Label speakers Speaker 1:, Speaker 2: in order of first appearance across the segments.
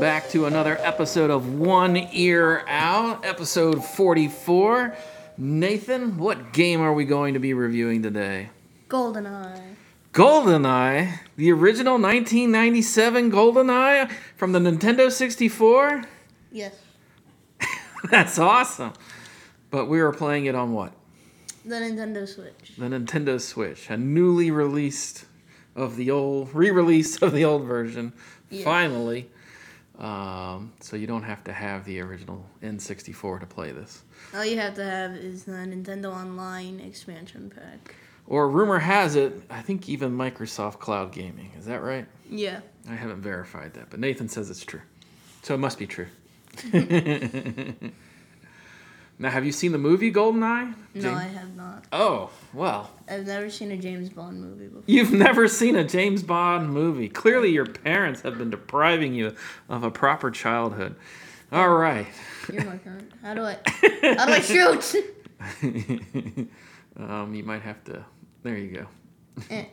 Speaker 1: back to another episode of One Ear Out, episode 44. Nathan, what game are we going to be reviewing today?
Speaker 2: GoldenEye.
Speaker 1: GoldenEye, the original 1997 GoldenEye from the Nintendo 64?
Speaker 2: Yes.
Speaker 1: That's awesome. But we were playing it on what?
Speaker 2: The Nintendo Switch.
Speaker 1: The Nintendo Switch, a newly released of the old, re release of the old version,
Speaker 2: Yes.
Speaker 1: finally. Um, so you don't have to have the original N64 to play this.
Speaker 2: All you have to have is the Nintendo Online expansion pack.
Speaker 1: Or rumor has it, I think even Microsoft Cloud Gaming. Is that right?
Speaker 2: Yeah.
Speaker 1: I haven't verified that, but Nathan says it's true. So it must be true. now, have you seen the movie GoldenEye?
Speaker 2: No,
Speaker 1: James-
Speaker 2: I have not.
Speaker 1: Oh, well,
Speaker 2: I've never seen a James Bond movie before.
Speaker 1: you've never seen a James Bond movie. Clearly, your parents have been depriving you of a proper childhood. All right.
Speaker 2: You're my current. How do I? How do I shoot?
Speaker 1: um, you might have to. There you go.
Speaker 2: Eh.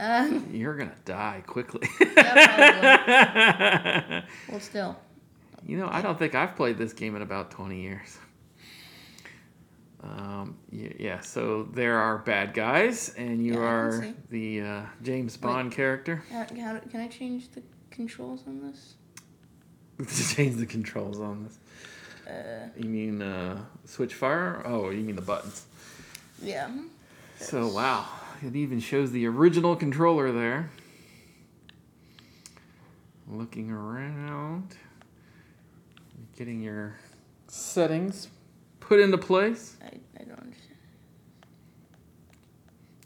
Speaker 2: Uh,
Speaker 1: You're going to die quickly.
Speaker 2: Yeah, well, still.
Speaker 1: You know, I don't think I've played this game in about 20 years. Um, y- yeah, so there are bad guys, and you
Speaker 2: Yeah, I can
Speaker 1: are
Speaker 2: see.
Speaker 1: the uh, James Bond character.
Speaker 2: How, how, can I change the controls on this?
Speaker 1: to change the controls on this.
Speaker 2: Uh,
Speaker 1: You mean uh, switch fire? Oh, you mean the buttons.
Speaker 2: yeah.
Speaker 1: So, wow. It even shows the original controller there. Looking around, getting your settings put into place.
Speaker 2: I, I don't understand.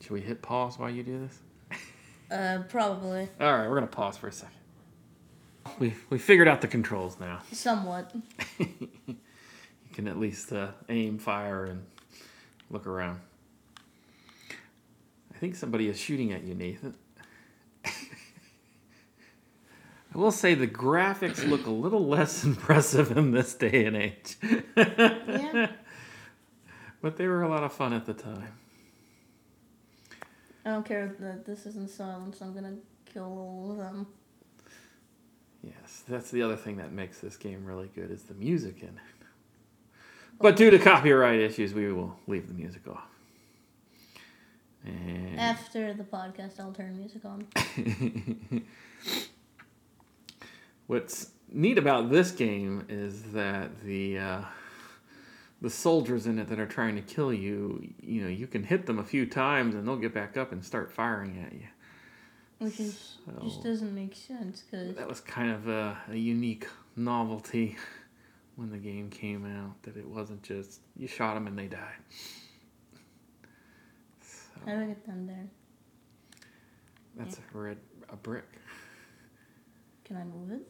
Speaker 1: Should we hit pause while you do this?
Speaker 2: Uh, probably.
Speaker 1: All right, we're gonna pause for a second. We we figured out the controls now.
Speaker 2: Somewhat.
Speaker 1: you can at least uh, aim, fire, and look around. I think somebody is shooting at you, Nathan. I will say the graphics look a little less impressive in this day and age.
Speaker 2: Yeah.
Speaker 1: But they were a lot of fun at the time.
Speaker 2: I don't care that this isn't silence. I'm gonna kill all of them.
Speaker 1: Yes, that's the other thing that makes this game really good is the music in it. But due to copyright issues, we will leave the music off. And
Speaker 2: After the podcast, I'll turn music on.
Speaker 1: what's neat about this game is that the uh, the soldiers in it that are trying to kill you, you know, you can hit them a few times and they'll get back up and start firing at you.
Speaker 2: Which is
Speaker 1: So-
Speaker 2: just doesn't make sense because
Speaker 1: That was kind of a, a unique novelty when the game came out that it wasn't just you shot them and they died.
Speaker 2: how do I get them there?
Speaker 1: That's a red a brick.
Speaker 2: Can I move it?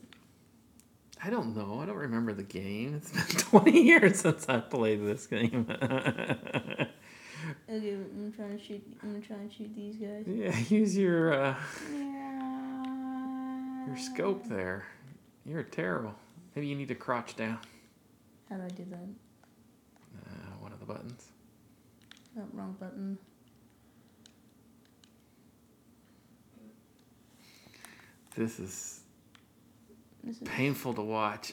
Speaker 1: I don't know. I don't remember the game. It's been 20 years since I played this game.
Speaker 2: Okay, I'm trying to shoot. I'm trying to shoot these guys.
Speaker 1: yeah, use your uh, your
Speaker 2: Your
Speaker 1: scope there. You're terrible. Maybe you need to crouch down.
Speaker 2: How do I do that?
Speaker 1: Uh, one of the buttons.
Speaker 2: Oh, wrong button.
Speaker 1: This is
Speaker 2: This is...
Speaker 1: painful to watch.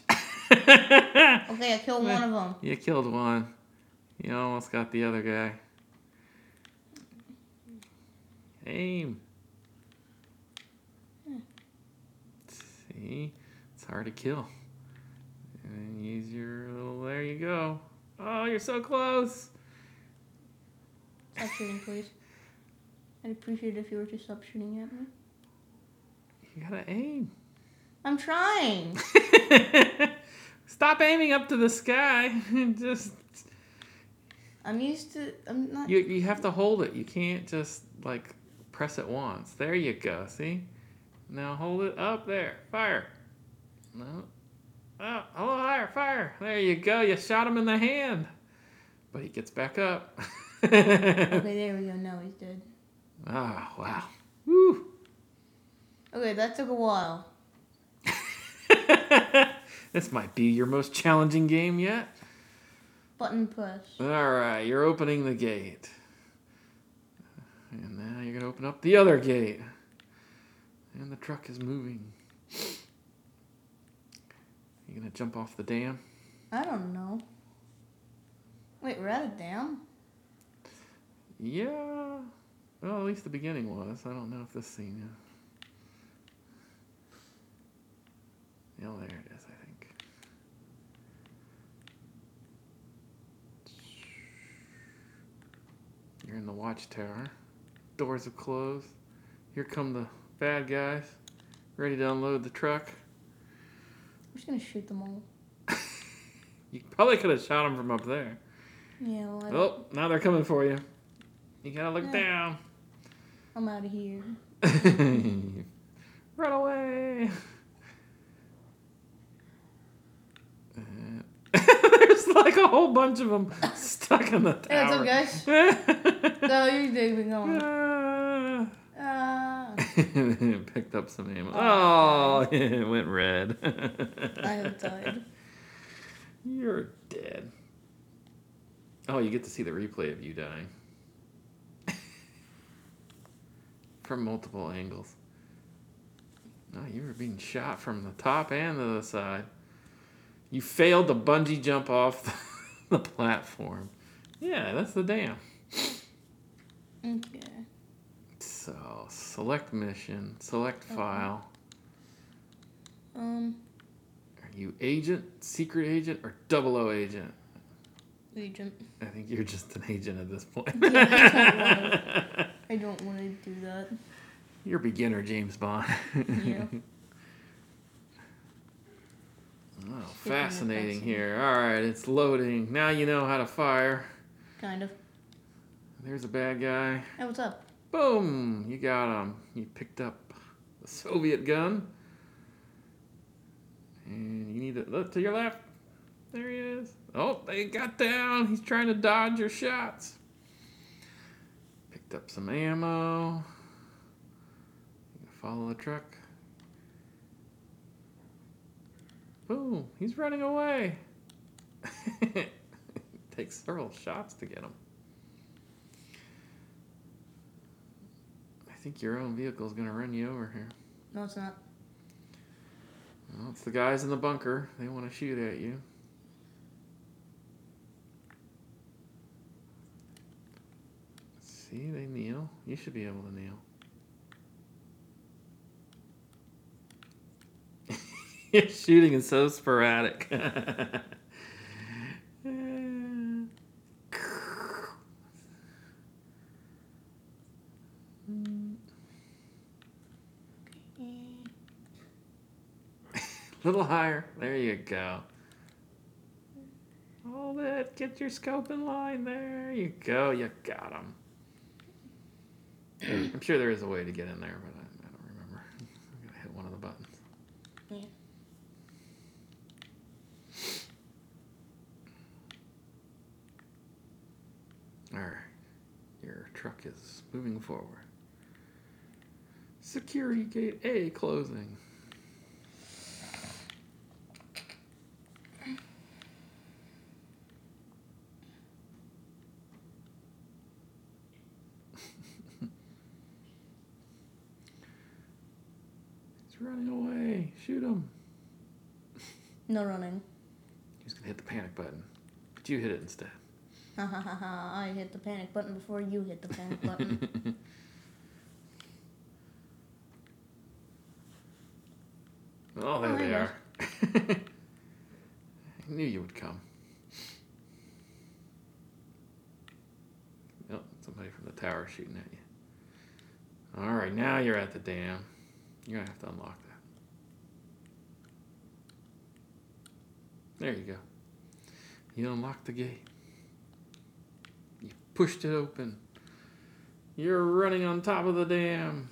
Speaker 2: Okay, I killed one of them.
Speaker 1: You killed one. You almost got the other guy. Aim. See? It's hard to kill. And then use your little. There you go. Oh, you're so close.
Speaker 2: Stop shooting, please. I'd appreciate it if you were to stop shooting at me.
Speaker 1: You gotta aim.
Speaker 2: I'm trying.
Speaker 1: Stop aiming up to the sky. and just
Speaker 2: I'm used to. I'm not.
Speaker 1: you, you have to hold it. You can't just like press it once. There you go. See? Now hold it up there. Fire. No. Oh, a little higher. Fire. There you go. You shot him in the hand. But he gets back up. ah,
Speaker 2: Okay, there we go. Now he's dead.
Speaker 1: wow. Woo.
Speaker 2: Okay, that took a while.
Speaker 1: this might be your most challenging game yet.
Speaker 2: Button push.
Speaker 1: All right, you're opening the gate. And now you're going to open up the other gate. And the truck is moving. You gonna jump off the dam?
Speaker 2: I don't know. Wait, we're at a dam?
Speaker 1: Yeah. Well, at least the beginning was. I don't know if this scene is. Yeah, there it is, I think. You're in the watchtower. Doors are closed. Here come the bad guys, ready to unload the truck.
Speaker 2: I'm just gonna shoot them all.
Speaker 1: You probably could have shot them from up there.
Speaker 2: Yeah, well, I
Speaker 1: Oh, now they're coming for you. You gotta look
Speaker 2: Yeah.
Speaker 1: down.
Speaker 2: I'm out of here.
Speaker 1: Run away! Uh, There's like a whole bunch of them stuck in the
Speaker 2: Hey, what's
Speaker 1: tower.
Speaker 2: up, guys? No, you dig been going.
Speaker 1: Ah.
Speaker 2: Ah,
Speaker 1: Picked up some ammo. Oh,
Speaker 2: Oh.
Speaker 1: it went red.
Speaker 2: I have died.
Speaker 1: You're dead. Oh, you get to see the replay of you dying from multiple angles. No, you were being shot from the top and the other side. You failed to bungee jump off the, platform. Yeah, that's the dam.
Speaker 2: Okay.
Speaker 1: So, select mission, select
Speaker 2: Okay.
Speaker 1: file.
Speaker 2: Um,
Speaker 1: Are you agent, secret agent, or double O agent?
Speaker 2: agent.
Speaker 1: I think you're just an agent at this point.
Speaker 2: Yeah, I kinda I don't want to do that.
Speaker 1: you're beginner James Bond.
Speaker 2: Yeah.
Speaker 1: Oh,
Speaker 2: Speaking of
Speaker 1: fascinating
Speaker 2: fascinating.
Speaker 1: here. All right, it's loading. Now you know how to fire.
Speaker 2: Kind of.
Speaker 1: There's a bad guy.
Speaker 2: Hey, what's up?
Speaker 1: Boom! You got him. You picked up the Soviet gun. And you need to look to your left. There he is. Oh, they got down. He's trying to dodge your shots. Picked up some ammo. You Follow the truck. Boom! He's running away. Takes several shots to get him. I think your own vehicle is going to run you over here.
Speaker 2: No, it's not.
Speaker 1: Well, it's the guys in the bunker. They want to shoot at you. See, they kneel. You should be able to kneel. Your shooting is so sporadic.
Speaker 2: Eh,
Speaker 1: little higher. There you go. Hold it. Get your scope in line. There you go. You got him. I'm sure there is a way to get in there, but I, I don't remember. I'm gonna hit one of the buttons.
Speaker 2: Yeah.
Speaker 1: All right. Your truck is moving forward. Security gate A closing. He's running away. Shoot him.
Speaker 2: No running.
Speaker 1: He's gonna hit the panic button, but you hit it instead.
Speaker 2: Ha ha ha ha. I hit the panic button before you hit the panic button.
Speaker 1: oh, there
Speaker 2: Oh,
Speaker 1: they
Speaker 2: there
Speaker 1: are. I knew you would come. Oh, somebody from the tower shooting at you. All right, now you're at the dam. You're gonna have to unlock that. There you go. You unlocked the gate. You pushed it open. You're running on top of the dam.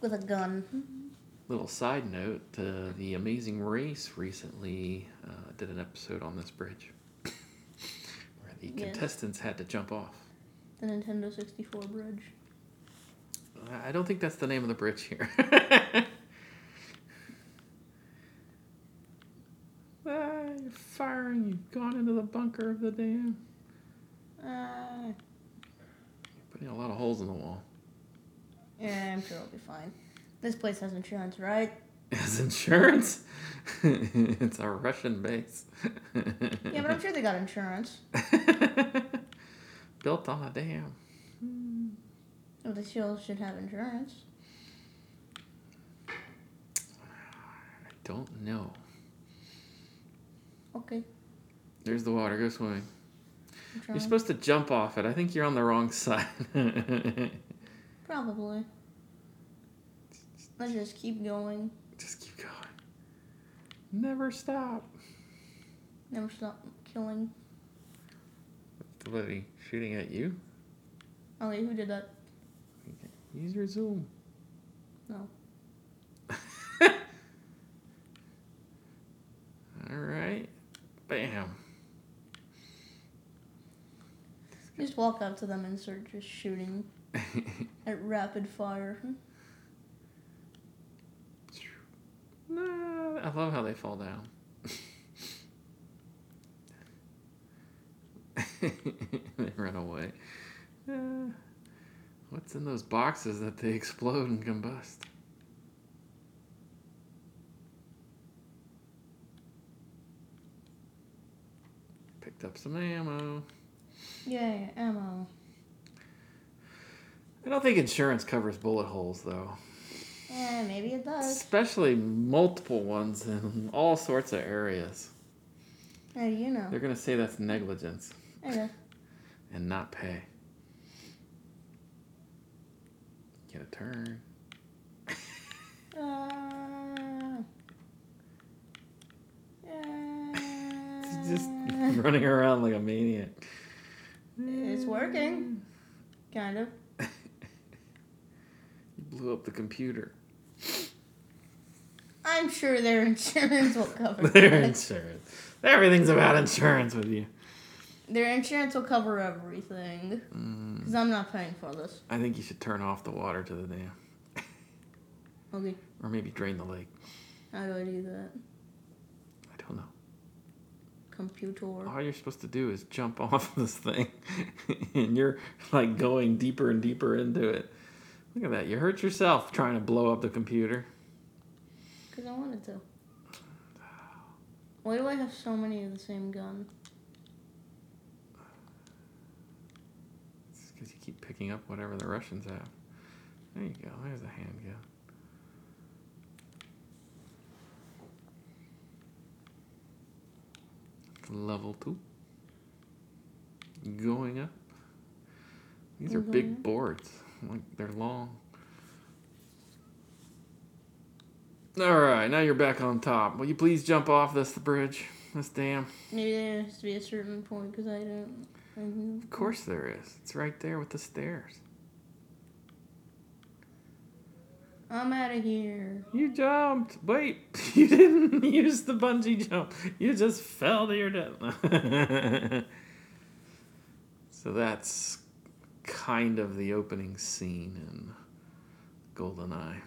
Speaker 2: With a gun.
Speaker 1: Little side note uh, The Amazing Race recently uh, did an episode on this bridge where the
Speaker 2: Yes.
Speaker 1: contestants had to jump off.
Speaker 2: The Nintendo 64 bridge.
Speaker 1: I- I don't think that's the name of the bridge here. ah, you're firing. You've gone into the bunker of the dam.
Speaker 2: Uh,
Speaker 1: You're putting a lot of holes in the wall.
Speaker 2: yeah, I'm sure I'll be fine. This place has insurance, right?
Speaker 1: as insurance. it's a Russian base.
Speaker 2: Yeah, but I'm sure they got insurance.
Speaker 1: Built on a dam. Hmm.
Speaker 2: Well, the seals should have insurance.
Speaker 1: I don't know.
Speaker 2: Okay.
Speaker 1: There's the water. Go swimming.
Speaker 2: I'm
Speaker 1: You're
Speaker 2: trying.
Speaker 1: supposed to jump off it. I think you're on the wrong side.
Speaker 2: Probably. Let's just keep going.
Speaker 1: Just keep going. Never stop.
Speaker 2: Never stop killing.
Speaker 1: What, he shooting at you?
Speaker 2: Oh wait, who did that?
Speaker 1: Use your zoom.
Speaker 2: No.
Speaker 1: All right. Bam.
Speaker 2: Just walk up to them and start just shooting at rapid fire. Hmm?
Speaker 1: Nah, I love how they fall down. they run away. Uh, what's in those boxes that they explode and combust? Picked up some ammo.
Speaker 2: Yay, ammo.
Speaker 1: I don't think insurance covers bullet holes, though.
Speaker 2: Yeah, Eh, maybe it does.
Speaker 1: Especially multiple ones in all sorts of areas.
Speaker 2: How do you know?
Speaker 1: They're going to say that's negligence
Speaker 2: I guess.
Speaker 1: and not pay. Get a turn.
Speaker 2: Uh,
Speaker 1: It's just
Speaker 2: uh,
Speaker 1: running around like a maniac.
Speaker 2: It's working. kind of.
Speaker 1: You blew up the computer.
Speaker 2: I'm sure their insurance will cover
Speaker 1: Their
Speaker 2: it.
Speaker 1: insurance. Everything's about insurance with you.
Speaker 2: Their insurance will cover everything.
Speaker 1: Mm,
Speaker 2: Because I'm not paying for this.
Speaker 1: I think you should turn off the water to the dam.
Speaker 2: Okay,
Speaker 1: Or maybe drain the lake.
Speaker 2: how do I do that?
Speaker 1: I don't know.
Speaker 2: Computer.
Speaker 1: All you're supposed to do is jump off this thing, and you're like going deeper and deeper into it. Look at that! You hurt yourself trying to blow up the computer.
Speaker 2: Because I wanted to. Why do I have so many of the same gun?
Speaker 1: It's because you keep picking up whatever the Russians have. There you go. There's a handgun. It's Level two. Going up. These are
Speaker 2: We're going
Speaker 1: big
Speaker 2: up.
Speaker 1: boards. Like they're long. All right, now you're back on top. Will you please jump off this bridge, this dam?
Speaker 2: Maybe there has to be a certain point because I don't. I don't-
Speaker 1: Of course there is. It's right there with the stairs.
Speaker 2: I'm out of here.
Speaker 1: You jumped. Wait, you didn't use the bungee jump. You just fell to your death. so that's kind of the opening scene in Goldeneye.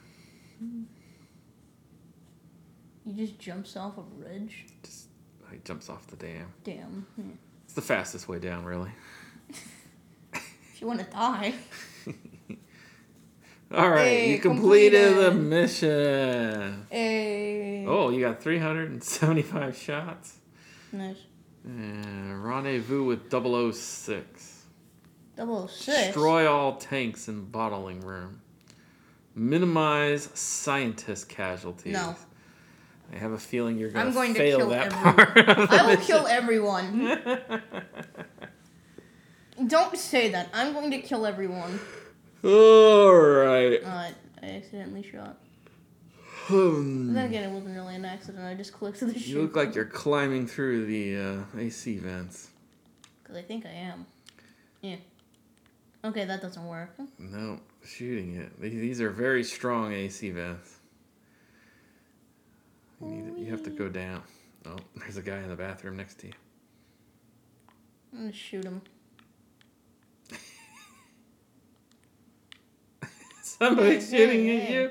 Speaker 2: You just jumps off a bridge?
Speaker 1: Just he jumps off the dam.
Speaker 2: Damn. Yeah.
Speaker 1: It's the fastest way down, really.
Speaker 2: If you want to die.
Speaker 1: All right,
Speaker 2: Hey,
Speaker 1: you completed, the
Speaker 2: completed.
Speaker 1: mission.
Speaker 2: Hey.
Speaker 1: Oh, you got 375 shots.
Speaker 2: Nice.
Speaker 1: Uh, rendezvous with 006.
Speaker 2: Double six.
Speaker 1: Destroy all tanks in bottling room. Minimize scientist casualties.
Speaker 2: No.
Speaker 1: I have a feeling you're going
Speaker 2: I'm
Speaker 1: to
Speaker 2: going to
Speaker 1: fail
Speaker 2: kill
Speaker 1: that
Speaker 2: everyone.
Speaker 1: part. of the
Speaker 2: I will
Speaker 1: mission.
Speaker 2: kill everyone. Don't say that. I'm going to kill everyone.
Speaker 1: all right.
Speaker 2: Uh, I accidentally shot.
Speaker 1: Hmm.
Speaker 2: Then again, it wasn't really an accident. I just clicked the shoot.
Speaker 1: You look like you're climbing through the uh, AC vents.
Speaker 2: Because I think I am. Yeah. Okay, that doesn't work.
Speaker 1: No, shooting it. These- These are very strong AC vents. You, need to, you have to go down. Oh, there's a guy in the bathroom next to you.
Speaker 2: I'm gonna shoot him.
Speaker 1: Somebody's
Speaker 2: Hey,
Speaker 1: shooting
Speaker 2: hey,
Speaker 1: at
Speaker 2: hey.
Speaker 1: you.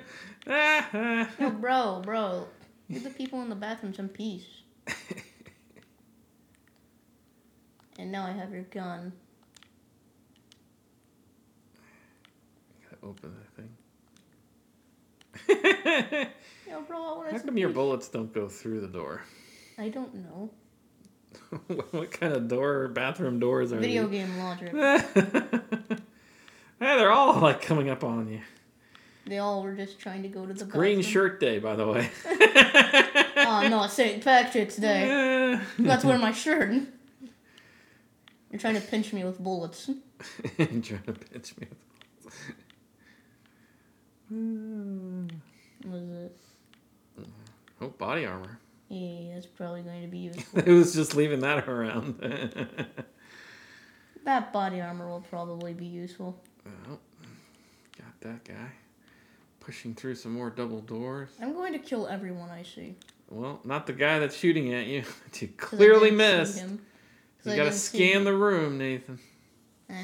Speaker 1: Ah, ah.
Speaker 2: No, bro, bro. Give the people in the bathroom some peace. and now I have your gun.
Speaker 1: Gotta open that thing. How
Speaker 2: Yo, bro, I want
Speaker 1: come your bullets don't go through the door?
Speaker 2: I don't know.
Speaker 1: what kind of door, bathroom doors are
Speaker 2: Video
Speaker 1: you?
Speaker 2: game logic.
Speaker 1: hey, they're all like coming up on you.
Speaker 2: They all were just trying to go to the
Speaker 1: Green
Speaker 2: bathroom.
Speaker 1: shirt day, by the way.
Speaker 2: Oh no, it's St. Patrick's Day.
Speaker 1: Yeah.
Speaker 2: I'm about to wear my shirt. You're trying to pinch me with bullets.
Speaker 1: trying to pinch me. Mm.
Speaker 2: Was it?
Speaker 1: oh, body armor.
Speaker 2: Yeah, that's probably going to be useful.
Speaker 1: it was just leaving that around.
Speaker 2: that body armor will probably be useful.
Speaker 1: well, got that guy. Pushing through some more double doors.
Speaker 2: I'm going to kill everyone I see.
Speaker 1: Well, not the guy that's shooting at you. that you
Speaker 2: 'cause I
Speaker 1: clearly
Speaker 2: didn't see
Speaker 1: missed.
Speaker 2: him. 'Cause
Speaker 1: You
Speaker 2: I
Speaker 1: gotta
Speaker 2: didn't see
Speaker 1: scan
Speaker 2: him.
Speaker 1: the room, Nathan.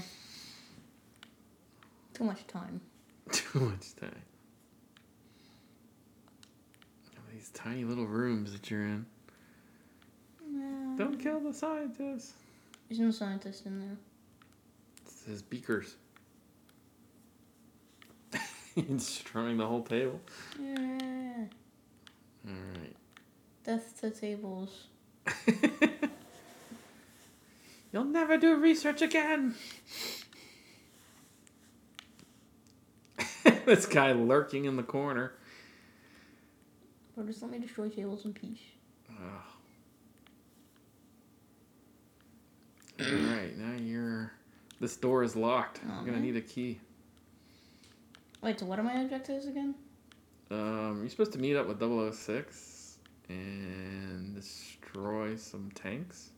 Speaker 2: Too much time.
Speaker 1: Too much time. All These tiny little rooms that you're in. Don't kill the scientists.
Speaker 2: There's no scientist in there.
Speaker 1: It says beakers. He's strumming the whole table.
Speaker 2: Yeah.
Speaker 1: All right.
Speaker 2: Death to tables.
Speaker 1: You'll never do research again. this guy lurking in the corner.
Speaker 2: Or just let me destroy tables in peace.
Speaker 1: Ugh. All right, now you're. This door is locked.
Speaker 2: Aw,
Speaker 1: I'm gonna
Speaker 2: man.
Speaker 1: need a key.
Speaker 2: Wait, so what are my objectives again?
Speaker 1: Um, you're supposed to meet up with 006 and destroy some tanks,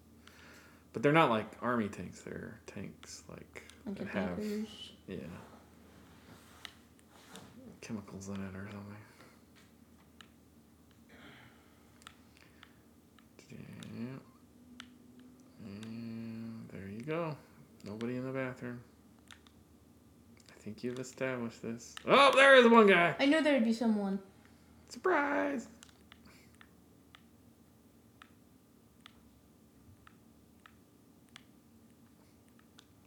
Speaker 1: but they're not like army tanks. They're tanks like
Speaker 2: Like
Speaker 1: that have
Speaker 2: attackers.
Speaker 1: yeah chemicals in it or something. Yeah. And there you go. Nobody in the bathroom. I think you've established this. Oh, there is one guy.
Speaker 2: I knew there'd be someone.
Speaker 1: Surprise!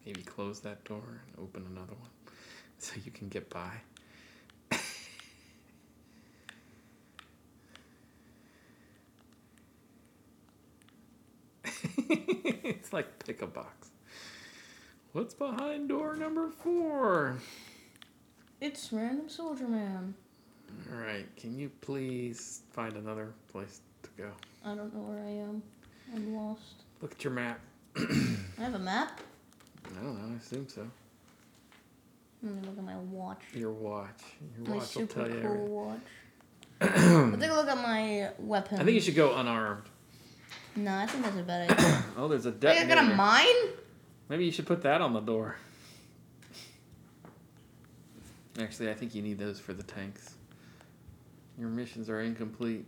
Speaker 1: Maybe close that door and open another one so you can get by. it's like pick a box. What's behind door number four?
Speaker 2: It's random soldier man.
Speaker 1: All right, can you please find another place to go?
Speaker 2: I don't know where I am. I'm lost.
Speaker 1: Look at your map.
Speaker 2: I have a map.
Speaker 1: I don't know. I assume so.
Speaker 2: Let me look at my watch.
Speaker 1: Your watch. Your
Speaker 2: my
Speaker 1: watch will
Speaker 2: super
Speaker 1: tell
Speaker 2: cool
Speaker 1: you. everything.
Speaker 2: watch. But take a look at my weapon.
Speaker 1: I think you should go unarmed.
Speaker 2: No, I think that's a bad idea.
Speaker 1: Oh, there's a
Speaker 2: Wait, I got a
Speaker 1: detonator.
Speaker 2: mine?
Speaker 1: Maybe you should put that on the door. Actually, I think you need those for the tanks. Your missions are incomplete.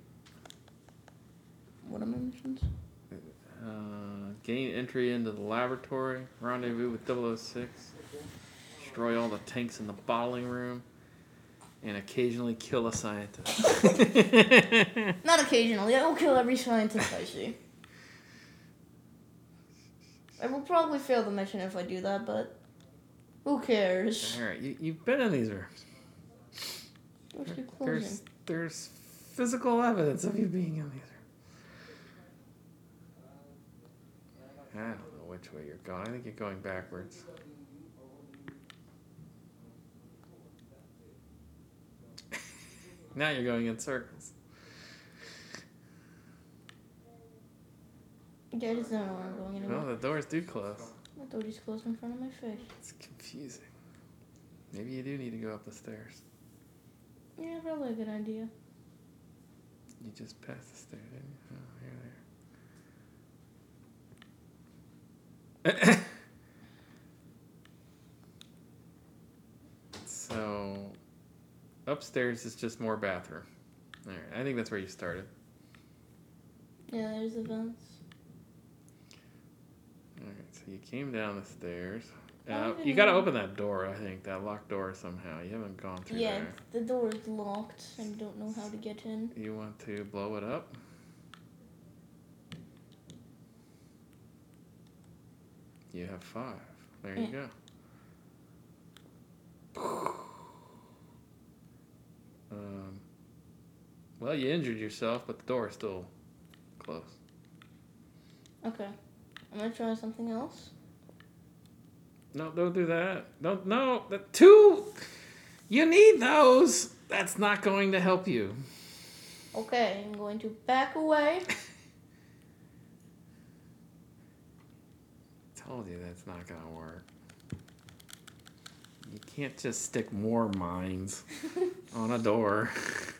Speaker 2: What are my missions?
Speaker 1: Uh, gain entry into the laboratory. Rendezvous with 006. Destroy all the tanks in the bottling room. And occasionally kill a scientist.
Speaker 2: Not occasionally. I will kill every scientist I see. I will probably fail the mission if I do that, but who cares?
Speaker 1: All right, you, you've been in these rooms.
Speaker 2: Where's the closing?
Speaker 1: There's there's physical evidence of you being in these rooms. I don't know which way you're going. I think you're going backwards. now you're going in circles.
Speaker 2: Yeah, I just don't know where I'm going anymore.
Speaker 1: No, the doors do close.
Speaker 2: My door just closed in front of my face.
Speaker 1: It's confusing. Maybe you do need to go up the stairs.
Speaker 2: Yeah, probably a good idea.
Speaker 1: You just passed the stairs, didn't you? Oh, you're there. so, upstairs is just more bathroom. All right, I think that's where you started.
Speaker 2: Yeah, there's the vents.
Speaker 1: All right, so you came down the stairs.
Speaker 2: I don't
Speaker 1: Uh,
Speaker 2: even
Speaker 1: you got to
Speaker 2: know.
Speaker 1: open that door, I think, that locked door somehow. You haven't gone through
Speaker 2: Yeah,
Speaker 1: there.
Speaker 2: the door is locked. I don't know how to get in.
Speaker 1: You want to blow it up? You have five. There you go. Um, well, you injured yourself, but the door is still closed.
Speaker 2: Okay. I'm gonna try something else.
Speaker 1: No, don't do that. Don't no. The two. You need those. That's not going to help you.
Speaker 2: Okay, I'm going to back away.
Speaker 1: Told you that's not gonna work. You can't just stick more mines on a door.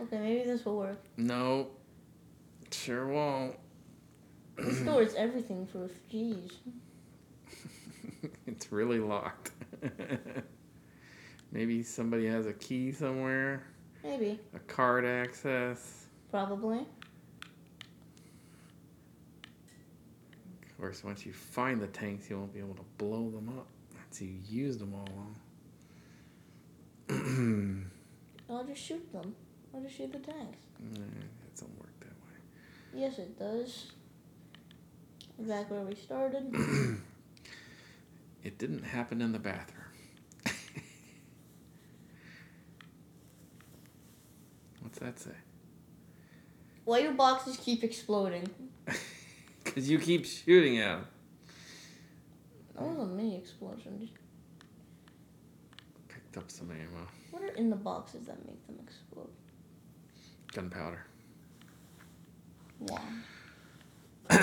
Speaker 2: Okay, maybe this will work.
Speaker 1: No, sure won't.
Speaker 2: This door is everything for refugees.
Speaker 1: it's really locked. Maybe somebody has a key somewhere,
Speaker 2: Maybe.
Speaker 1: a card access.
Speaker 2: Probably.
Speaker 1: Of course, once you find the tanks, you won't be able to blow them up. That's you used them all on.
Speaker 2: I'll just shoot them. I'll just shoot the tanks.
Speaker 1: Nah, that don't work that way.
Speaker 2: Yes, it does. Back where we started.
Speaker 1: It didn't happen in the bathroom. What's that say?
Speaker 2: Why do boxes keep exploding?
Speaker 1: Because you keep shooting at 'em.
Speaker 2: That was a mini explosion. Just-
Speaker 1: Picked up some ammo,
Speaker 2: What are in the boxes that make them explode?
Speaker 1: gunpowder.
Speaker 2: Why? Shoot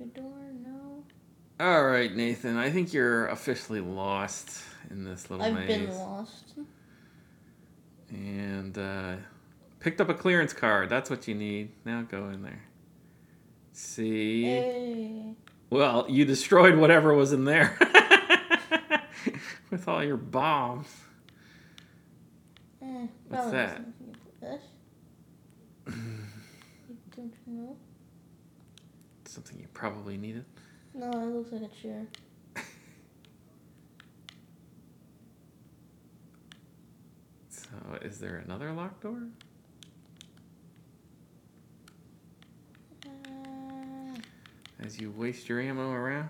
Speaker 2: a door? No.
Speaker 1: All right, Nathan. I think you're officially lost in this little
Speaker 2: I've
Speaker 1: maze.
Speaker 2: been lost.
Speaker 1: And uh, picked up a clearance card. That's what you need. Now go in there. See.
Speaker 2: Hey.
Speaker 1: Well, you destroyed whatever was in there with all your bombs.
Speaker 2: Eh,
Speaker 1: What's
Speaker 2: probably
Speaker 1: that?
Speaker 2: doesn't make you- This? you don't know?
Speaker 1: Something you probably needed.
Speaker 2: No, it looks like a chair.
Speaker 1: So, is there another locked door?
Speaker 2: Uh,
Speaker 1: As you waste your ammo around.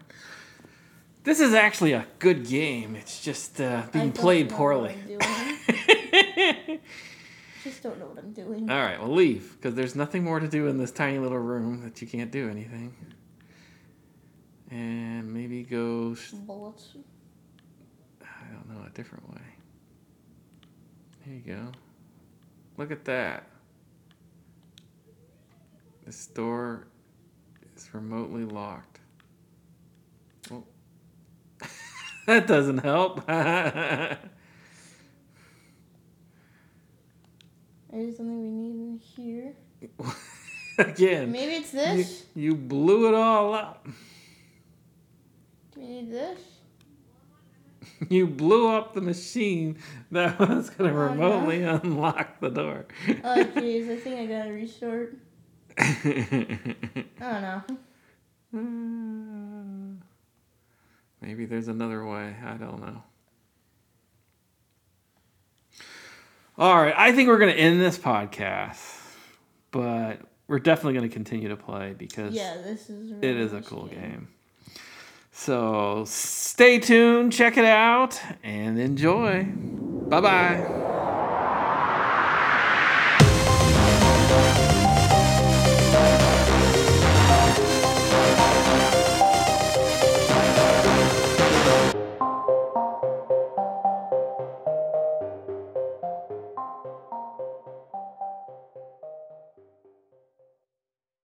Speaker 1: This is actually a good game. It's just uh, being
Speaker 2: don't
Speaker 1: played
Speaker 2: know what
Speaker 1: poorly.
Speaker 2: I'm just don't know what I'm
Speaker 1: All
Speaker 2: doing.
Speaker 1: right, well, leave because there's nothing more to do in this tiny little room that you can't do anything. And maybe go s-
Speaker 2: Bullets.
Speaker 1: I don't know, a different way. There you go. Look at that. This door is remotely locked. Well, that doesn't help. All
Speaker 2: Is something we need in here?
Speaker 1: Again,
Speaker 2: Maybe it's
Speaker 1: you,
Speaker 2: this?
Speaker 1: you blew it all up.
Speaker 2: Do we need this?
Speaker 1: You blew up the machine that was going to
Speaker 2: Oh, no.
Speaker 1: remotely unlock the door.
Speaker 2: Oh, jeez, I think I gotta restart. I don't know.
Speaker 1: Uh, Maybe there's another way. I don't know. All right. I think we're going to end this podcast, but we're definitely going to continue to play because
Speaker 2: Yeah, this is. a
Speaker 1: it
Speaker 2: really
Speaker 1: is a
Speaker 2: nice
Speaker 1: cool game. So stay tuned, check it out, and enjoy. Bye bye.